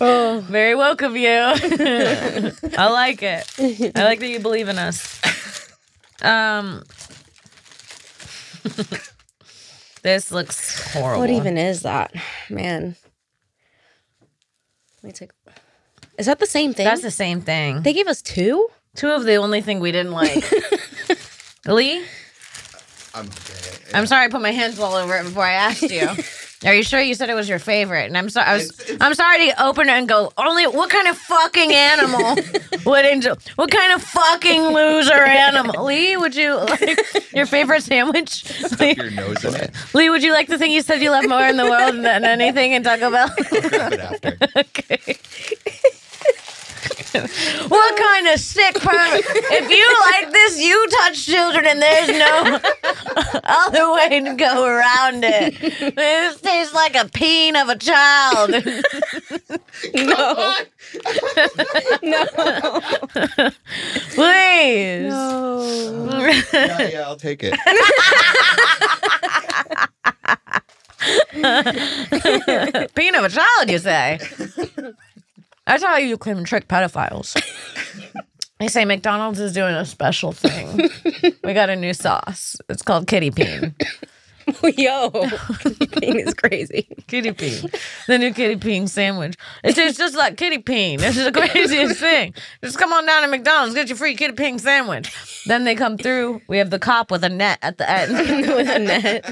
Speaker 1: oh, very woke of you. I like it. I like that you believe in us. Um, this looks horrible.
Speaker 2: What even is that? Man. Let me take. Is that the same thing?
Speaker 1: That's the same thing.
Speaker 2: they gave us two?
Speaker 1: Two of the only thing we didn't like. Lee.
Speaker 3: I'm okay.
Speaker 1: I'm sorry I put my hands all over it before I asked you. Are you sure you said it was your favorite? And I'm sorry. I was,
Speaker 3: It's- it's-
Speaker 1: I'm sorry to open it and go. Only what kind of fucking animal would enjoy? What kind of fucking loser animal? Lee, would you like your favorite sandwich? Lee,
Speaker 3: Stuff your nose in it.
Speaker 1: Lee, would you like the thing you said you love more in the world than anything in Taco Bell?
Speaker 3: Grab it after.
Speaker 1: okay. what kind of sick pervert? If you like this, you touch children, and there's no other way to go around it. This tastes like a peen of a child.
Speaker 2: No.
Speaker 1: Please.
Speaker 2: No.
Speaker 3: yeah, yeah, I'll take it.
Speaker 1: Peen of a child, you say? That's how you can trick pedophiles. They say McDonald's is doing a special thing. we got a new sauce. It's called kitty peen.
Speaker 2: Yo. thing is crazy.
Speaker 1: Kitty peen. The new kitty peen sandwich. It tastes just like kitty peen. This is the craziest thing. Just come on down to McDonald's, get your free kitty peen sandwich. Then they come through. We have the cop with a net at the end.
Speaker 2: With a net.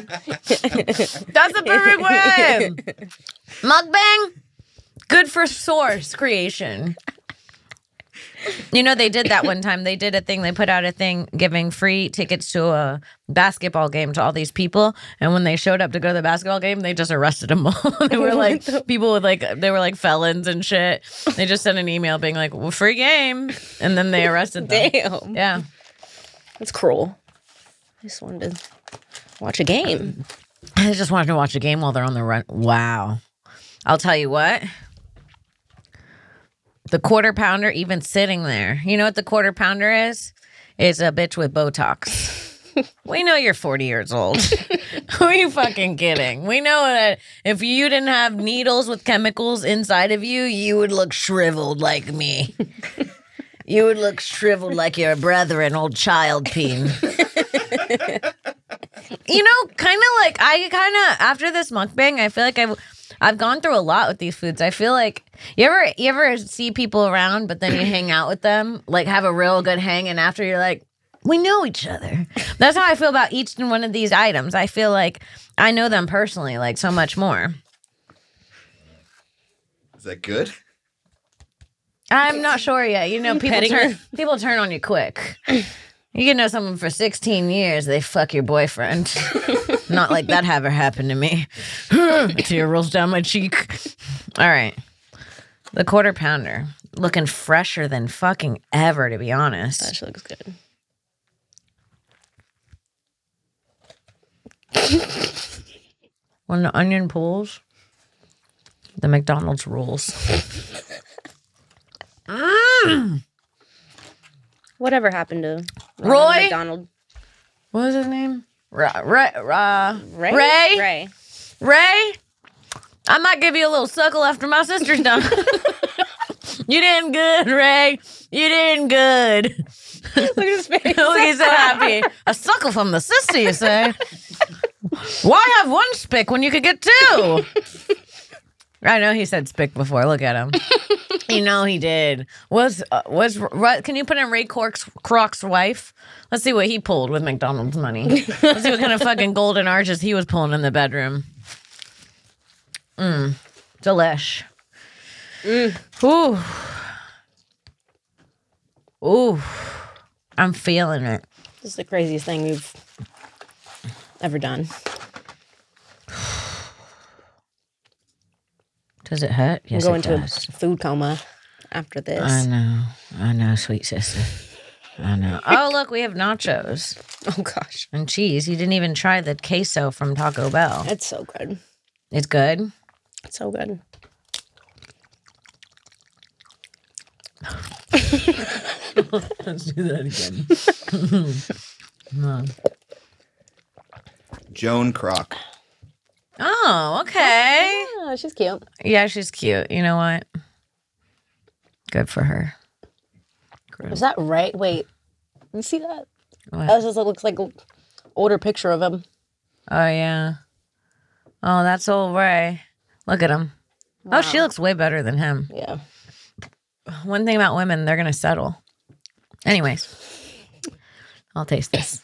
Speaker 1: That's the perfect way. Mukbang, good for source creation. You know, they did that one time. They did a thing, they put out a thing giving free tickets to a basketball game to all these people. And when they showed up to go to the basketball game, they just arrested them all. they were like people with like, they were like felons and shit. They just sent an email being like, well, free game. And then they arrested them.
Speaker 2: Damn.
Speaker 1: Yeah.
Speaker 2: That's cruel. I just wanted to watch a game.
Speaker 1: I just wanted to watch a game while they're on the run. Wow. I'll tell you what. The quarter pounder, even sitting there. You know what the quarter pounder is? Is a bitch with Botox. we know you're 40 years old. Who are you fucking kidding? We know that if you didn't have needles with chemicals inside of you, you would look shriveled like me. you would look shriveled like your brethren, old child peen you know, kind of like I kind of after this mukbang, I feel like I've I've gone through a lot with these foods. I feel like you ever you ever see people around, but then you hang out with them, like have a real good hang, and after you're like, we know each other. That's how I feel about each and one of these items. I feel like I know them personally, like so much more.
Speaker 3: Is that good?
Speaker 1: I'm not sure yet. You know, people
Speaker 2: Petting
Speaker 1: turn
Speaker 2: her.
Speaker 1: people turn on you quick. You can know someone for 16 years, they fuck your boyfriend. not like that ever happened to me. Tear rolls down my cheek. All right. The quarter pounder. Looking fresher than fucking ever, to be
Speaker 2: That
Speaker 1: honest.
Speaker 2: shit looks good.
Speaker 1: When the onion pulls, the McDonald's rules.
Speaker 2: Whatever happened to Ronald
Speaker 1: Roy?
Speaker 2: McDonald?
Speaker 1: What was his name? Ra- Ra- Ra-
Speaker 2: Ray?
Speaker 1: Ray?
Speaker 2: Ray.
Speaker 1: Ray, I might give you a little suckle after my sister's done. you did good, Ray. You did good.
Speaker 2: Look at his face.
Speaker 1: Look, he's so happy. A suckle from the sister, you say? Why have one spick when you could get two? I know he said spick before. Look at him. you know he did. Was uh, was Ru- can you put in Ray Cork's Croc's wife? Let's see what he pulled with McDonald's money. Let's see what kind of fucking golden arches he was pulling in the bedroom. Mmm, delish. Ooh, ooh, I'm feeling it.
Speaker 2: This is the craziest thing we've ever done.
Speaker 1: Does it hurt?
Speaker 2: We'll
Speaker 1: Yes,
Speaker 2: go
Speaker 1: it
Speaker 2: into a
Speaker 1: does.
Speaker 2: food coma after
Speaker 1: I
Speaker 2: this.
Speaker 1: know, I know, sweet sister. I know. Oh, look, we have nachos
Speaker 2: oh gosh,
Speaker 1: and cheese. You didn't even try the queso from Taco Bell.
Speaker 2: it's so good.
Speaker 1: It's good.
Speaker 2: It's so good.
Speaker 1: Let's do that again.
Speaker 3: Joan Croc.
Speaker 1: Oh, okay.
Speaker 2: Yeah, she's cute.
Speaker 1: Yeah, she's cute. You know what? Good for her.
Speaker 2: Is that right? Wait, you see that?
Speaker 1: What?
Speaker 2: That just looks like an older picture of him.
Speaker 1: Oh yeah. Oh, that's old Ray. Look at him. Oh, she looks way better than him.
Speaker 2: Yeah.
Speaker 1: One thing about women, they're gonna settle. Anyways, I'll taste this.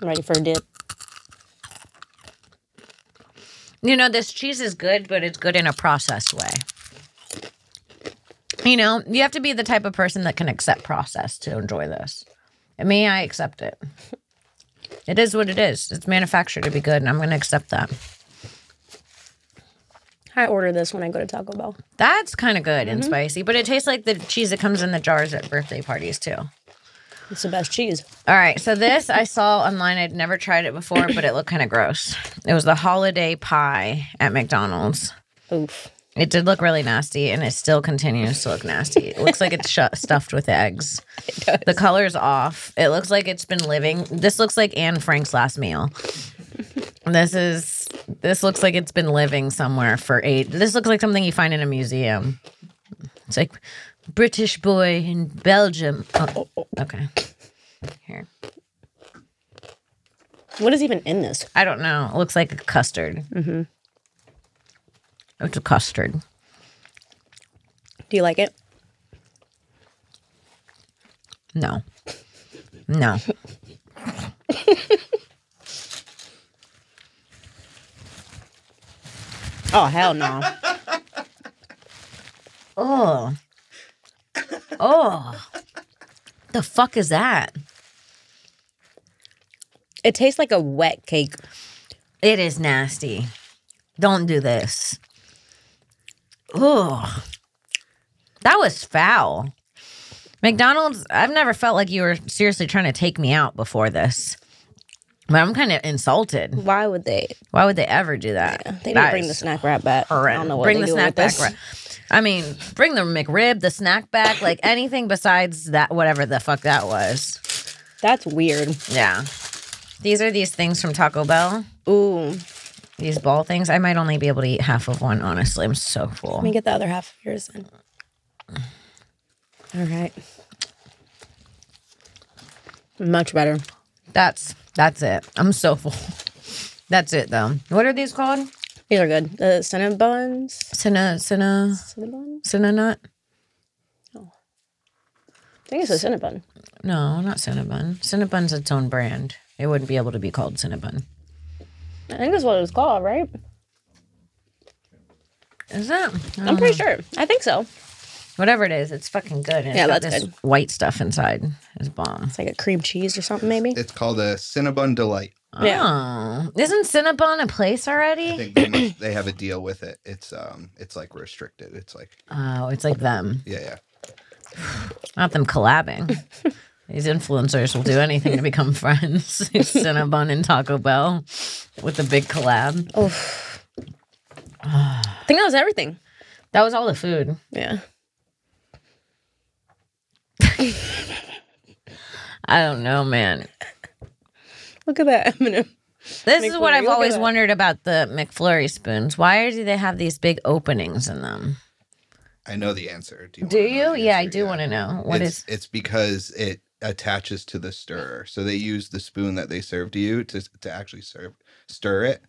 Speaker 2: I'm ready for a dip.
Speaker 1: You know, this cheese is good, but it's good in a processed way. You know, you have to be the type of person that can accept process to enjoy this. And me, I accept it. It is what it is. It's manufactured to be good, and I'm going to accept that.
Speaker 2: I order this when I go to Taco Bell.
Speaker 1: That's kind of good and spicy, but it tastes like the cheese that comes in the jars at birthday parties, too.
Speaker 2: It's the best cheese.
Speaker 1: All right, so this I saw online. I'd never tried it before, but it looked kind of gross. It was the holiday pie at McDonald's.
Speaker 2: Oof.
Speaker 1: It did look really nasty, and it still continues to look nasty. It looks like it's shu stuffed with eggs. The color's off. It looks like it's been living. This looks like Anne Frank's last meal. This is. This looks like it's been living somewhere for eight. This looks like something you find in a museum. It's like British boy in Belgium. Oh, okay. Here.
Speaker 2: What is even in this?
Speaker 1: I don't know. It looks like a custard. Mm-hmm. It's a custard.
Speaker 2: Do you like it?
Speaker 1: No. No.
Speaker 2: Oh hell no.
Speaker 1: Oh. Oh. The fuck is that?
Speaker 2: it tastes like a wet cake.
Speaker 1: It is nasty. Don't do this. Oh. That was foul. McDonald's, I've never felt like you were seriously trying to take me out before this. But I'm kind of insulted.
Speaker 2: Why would they?
Speaker 1: Why would they ever do that?
Speaker 2: They
Speaker 1: That
Speaker 2: didn't bring the
Speaker 1: is
Speaker 2: snack wrap back. I don't
Speaker 1: horrendous.
Speaker 2: know what
Speaker 1: bring
Speaker 2: they
Speaker 1: the
Speaker 2: do
Speaker 1: snack
Speaker 2: with this.
Speaker 1: back. right. I mean, bring the McRib, the snack back, like anything besides that, whatever the fuck that was.
Speaker 2: That's weird.
Speaker 1: Yeah. These are these things from Taco Bell.
Speaker 2: Ooh, let
Speaker 1: These ball things. I might only be able to eat half of one, honestly. I'm so full.
Speaker 2: me get the other half of yours. Then. All right. Much better.
Speaker 1: That's that's it. I'm so full. That's it though. What are these called?
Speaker 2: These are good. The Cinnabons.
Speaker 1: Cinna cinna
Speaker 2: Cinnabon?
Speaker 1: cinna nut?
Speaker 2: I think it's a Cinnabon.
Speaker 1: No, not Cinnabon. Cinnabon's its own brand. It wouldn't be able to be called Cinnabon.
Speaker 2: I think that's what it was called, right?
Speaker 1: Is that?
Speaker 2: I'm pretty sure. I think so.
Speaker 1: Whatever it is, it's fucking good. And
Speaker 2: Yeah,
Speaker 1: it's got
Speaker 2: that's
Speaker 1: this
Speaker 2: good.
Speaker 1: white stuff inside. It's bomb.
Speaker 2: It's like a cream cheese or something, maybe.
Speaker 3: It's called a Cinnabon Delight.
Speaker 1: Oh. Isn't Cinnabon a place
Speaker 3: I
Speaker 1: already?
Speaker 3: think they, must, they have a deal with it. It's um, it's like restricted. It's like
Speaker 1: Oh, it's like them.
Speaker 3: yeah, yeah.
Speaker 1: Not them collabing. These influencers will do anything to become friends. Cinnabon and Taco Bell with a big collab.
Speaker 2: Ah. Oof. I think that was everything.
Speaker 1: That was all the food.
Speaker 2: Yeah.
Speaker 1: I don't know, man.
Speaker 2: Look at that M&M.
Speaker 1: This is what
Speaker 2: McFlurry,
Speaker 1: I've
Speaker 2: look at
Speaker 1: always
Speaker 2: that.
Speaker 1: wondered about the McFlurry spoons. Why do they have these big openings in them?
Speaker 3: I know the answer. Do you?
Speaker 1: Do
Speaker 3: wanna know
Speaker 1: you?
Speaker 3: the
Speaker 1: Yeah, I
Speaker 3: answer?
Speaker 1: do want to know. What
Speaker 3: it's,
Speaker 1: is?
Speaker 3: It's because it attaches to the stirrer. So they use the spoon that they serve to you to to actually serve stir it.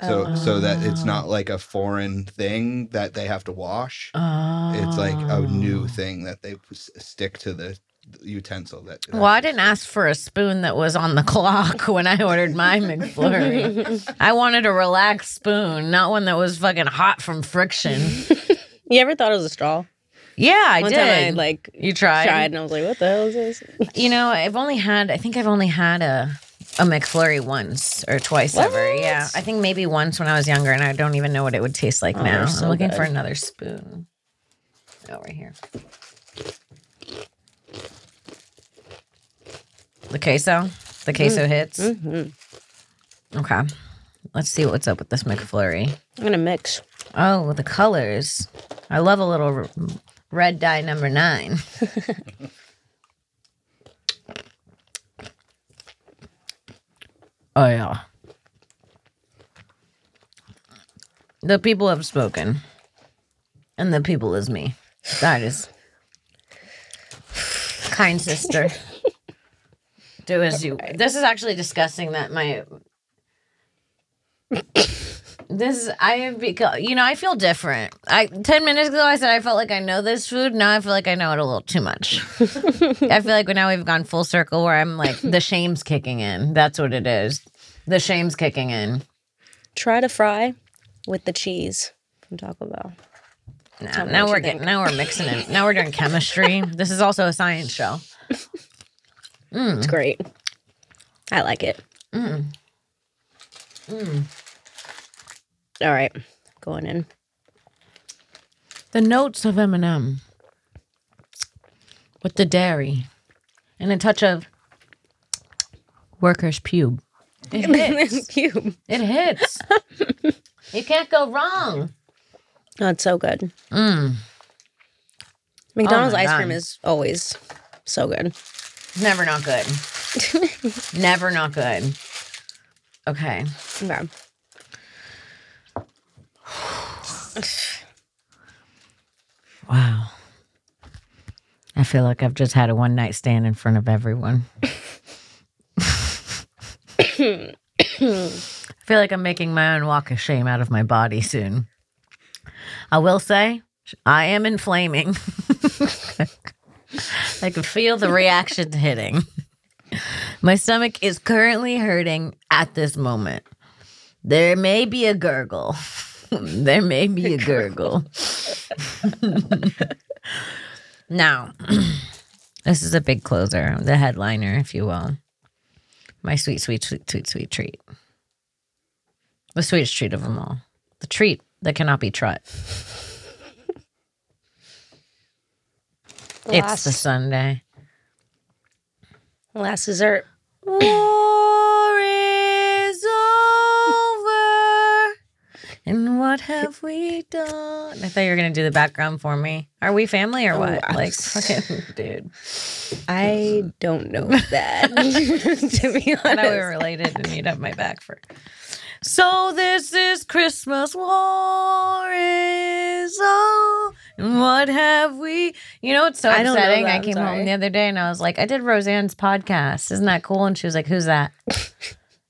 Speaker 3: So so that it's not like a foreign thing that they have to wash.
Speaker 1: Oh.
Speaker 3: It's like a new thing that they s- stick to the utensil. That
Speaker 1: Well, I didn't ask for a spoon that was on the clock when I ordered my McFlurry. I wanted a relaxed spoon, not one that was fucking hot from friction.
Speaker 2: You ever thought it was a straw?
Speaker 1: Yeah, I
Speaker 2: One
Speaker 1: did.
Speaker 2: time I like
Speaker 1: you tried.
Speaker 2: tried and I was like, what the hell is this?
Speaker 1: You know, I've only had. I think I've only had a a McFlurry once or twice ever.
Speaker 2: What?
Speaker 1: Yeah, I think maybe once when I was younger, and I don't even know what it would taste like
Speaker 2: Oh,
Speaker 1: now.
Speaker 2: they're
Speaker 1: I'm
Speaker 2: so
Speaker 1: looking
Speaker 2: good.
Speaker 1: for another spoon over here. The queso, the queso hits.
Speaker 2: Mhm. Mm-hmm.
Speaker 1: Okay, let's see what's up with this McFlurry.
Speaker 2: I'm gonna mix.
Speaker 1: Oh, the colors! I love a little r- red dye number nine. oh yeah. The people have spoken, and the people is me. That is kind sister. Do as you. This is actually disgusting that my this is I have become you know I feel different. I ten minutes ago I said I felt like I know this food. Now I feel like I know it a little too much. I feel like now we've gone full circle where I'm like the shame's kicking in. That's what it is. The shame's kicking in.
Speaker 2: Try to fry with the cheese from Taco Bell.
Speaker 1: Now,
Speaker 2: me
Speaker 1: now
Speaker 2: what you
Speaker 1: we're getting now we're mixing it. Now we're doing chemistry. This is also a science show.
Speaker 2: It's great. I like it. Mm. All right, going in.
Speaker 1: The notes of M&M with the dairy and a touch of worker's pube. It hits.
Speaker 2: Cube.
Speaker 1: It hits. you can't go wrong.
Speaker 2: Oh, it's so good. McDonald's
Speaker 1: Mm. Oh my
Speaker 2: ice
Speaker 1: God.
Speaker 2: cream is always so good.
Speaker 1: Never not good. Never not good. Okay.
Speaker 2: Okay.
Speaker 1: Wow. I feel like I've just had a one night stand in front of everyone. I feel like I'm making my own walk of shame out of my body soon. I will say, I am inflaming. I can feel the reaction hitting. My stomach is currently hurting at this moment. There may be a gurgle. there may be a gurgle. now, this is a big closer, the headliner, if you will. My sweet, sweet, sweet, sweet, sweet treat. The sweetest treat of them all. The treat that cannot be trut. It's the
Speaker 2: Last.
Speaker 1: Sunday.
Speaker 2: Last dessert.
Speaker 1: War is over. And what have we done? I thought you were gonna do the background for me. Are we family or
Speaker 2: Oh,
Speaker 1: what?
Speaker 2: wow.
Speaker 1: Like fucking dude.
Speaker 2: I don't know that. to be
Speaker 1: I
Speaker 2: honest,
Speaker 1: thought we were related and you'd have my back for So this is Christmas war is over. And what have we you know it's so
Speaker 2: I don't know
Speaker 1: upsetting?
Speaker 2: that,
Speaker 1: I
Speaker 2: I'm
Speaker 1: came
Speaker 2: sorry.
Speaker 1: home the other day and I was like, I did Roseanne's podcast. Isn't that cool? And she was like, Who's that?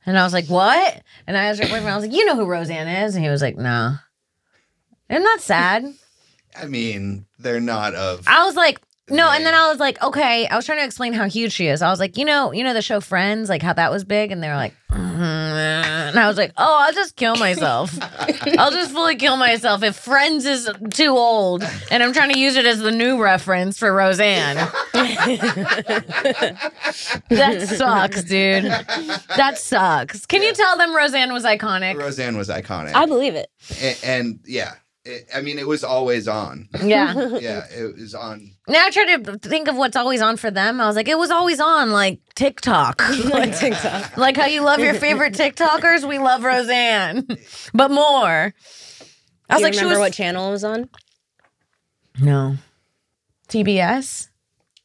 Speaker 1: and I was like, What? And I was right with him, I was like, You know who Roseanne is? And he was like, No. Isn't that sad?
Speaker 3: I mean, they're not of.
Speaker 1: I was like, no, and then
Speaker 3: Yeah.
Speaker 1: I was like, okay. I was trying to explain how huge she is. I was like, you know, you know the show Friends, like how that was big, and they were like, "Mm-hmm." and I was like, oh, I'll just kill myself. I'll just fully kill myself if Friends is too old, and I'm trying to use it as the new reference for Roseanne. that sucks, dude. That sucks. Can you tell them Roseanne was iconic?
Speaker 3: Roseanne was iconic.
Speaker 2: I believe it.
Speaker 3: and, and yeah, it, I mean, it was always on.
Speaker 1: yeah.
Speaker 3: Yeah, it was on.
Speaker 1: Now I try to think of what's always on for them. I was like, it was always on, like TikTok. like,
Speaker 2: TikTok.
Speaker 1: like how you love your favorite TikTokers. We love Roseanne, but more. I
Speaker 2: I
Speaker 1: was like,
Speaker 2: was Do you like,
Speaker 1: she
Speaker 2: remember
Speaker 1: was
Speaker 2: what channel it was on?
Speaker 1: no TBS.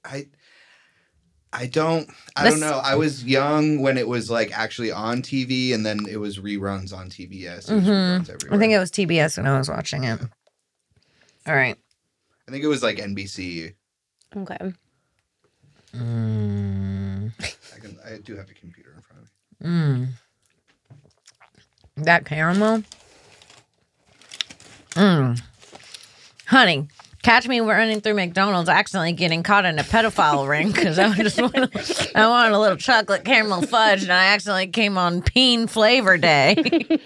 Speaker 3: I I don't I
Speaker 1: This-
Speaker 3: don't know. I was young when it was like actually on TV, and then it was reruns on TBS. It
Speaker 1: Mhm.
Speaker 3: was reruns everywhere.
Speaker 1: I think it was TBS when I was watching it. All right.
Speaker 3: I think it was like NBC.
Speaker 2: Okay.
Speaker 1: Mm,
Speaker 3: I can I do have a computer in front of me.
Speaker 1: mm. That caramel. Mm. Honey, catch me running through McDonald's, accidentally getting caught in a pedophile ring because I just wanted, I wanted a little chocolate caramel fudge, and I accidentally came on peen flavor day.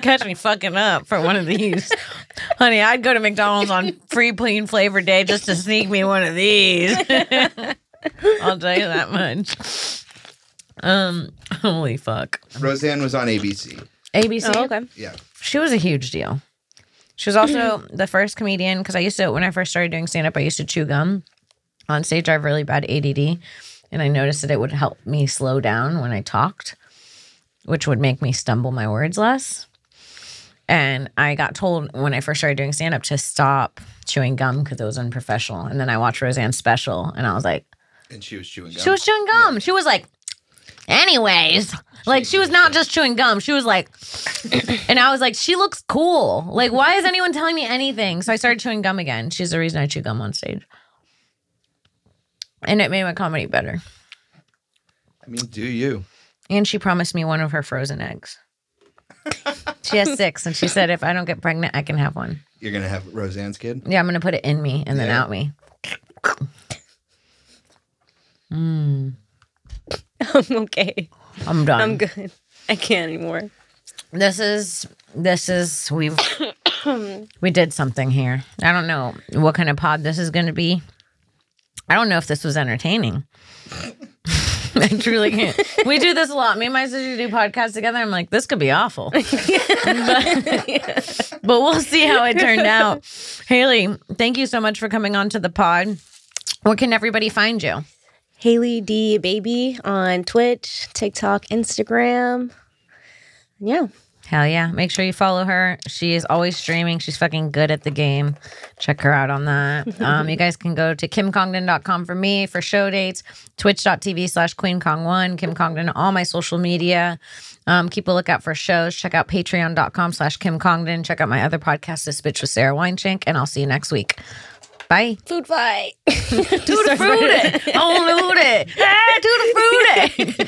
Speaker 1: catch me fucking up for one of these, honey. I'd go to McDonald's on free peen flavor day just to sneak me one of these. I'll tell you that much. Um, holy fuck.
Speaker 3: Roseanne was on ABC.
Speaker 1: ABC.
Speaker 2: Oh, okay.
Speaker 3: Yeah.
Speaker 1: She was a huge deal. She was also the first comedian because I used to when I first started doing stand up, I used to chew gum on stage. I have really bad ADD, and I noticed that it would help me slow down when I talked, which would make me stumble my words less. And I got told when I first started doing stand up to stop chewing gum because it was unprofessional. And then I watched Roseanne's special, and I was like,
Speaker 3: And she was chewing gum.
Speaker 1: she was chewing gum. She was like, anyways. Like she was not just chewing gum. She was like, and I was like, she looks cool. Like, why is anyone telling me anything? So I started chewing gum again. She's the reason I chew gum on stage. And it made my comedy better.
Speaker 3: I mean, do you?
Speaker 1: And she promised me one of her frozen eggs. she has six, and she said, if I don't get pregnant, I can have one.
Speaker 3: You're gonna have Roseanne's kid?
Speaker 1: Yeah, I'm gonna put it in me and then
Speaker 3: Yeah.
Speaker 1: out me. Mm,
Speaker 2: I'm okay.
Speaker 1: I'm done.
Speaker 2: I'm good. I can't anymore.
Speaker 1: this is this is we've we did something here i don't know what kind of pod this is going to be i don't know if this was entertaining i truly can't we do this a lot me and my sister do podcasts together i'm like this could be awful but, but we'll see how it turned out haley thank you so much for coming on to the pod where can everybody find you
Speaker 2: Haley D baby on Twitch, TikTok, Instagram. Yeah.
Speaker 1: Hell yeah. Make sure you follow her. She is always streaming. She's fucking good at the game. Check her out on that. Um, you guys can go to kimcongdon.com for me for show dates, twitch.tv slash queencong1, Kim Congdon, all my social media. Um, keep a lookout for shows. Check out patreon.com slash Kim Congdon. Check out my other podcast, This Bitch with Sarah Weinschenk, and I'll see you next week. Bye.
Speaker 2: Food fight.
Speaker 1: Tutti frutti. Oh, tutti. Ah, tutti frutti.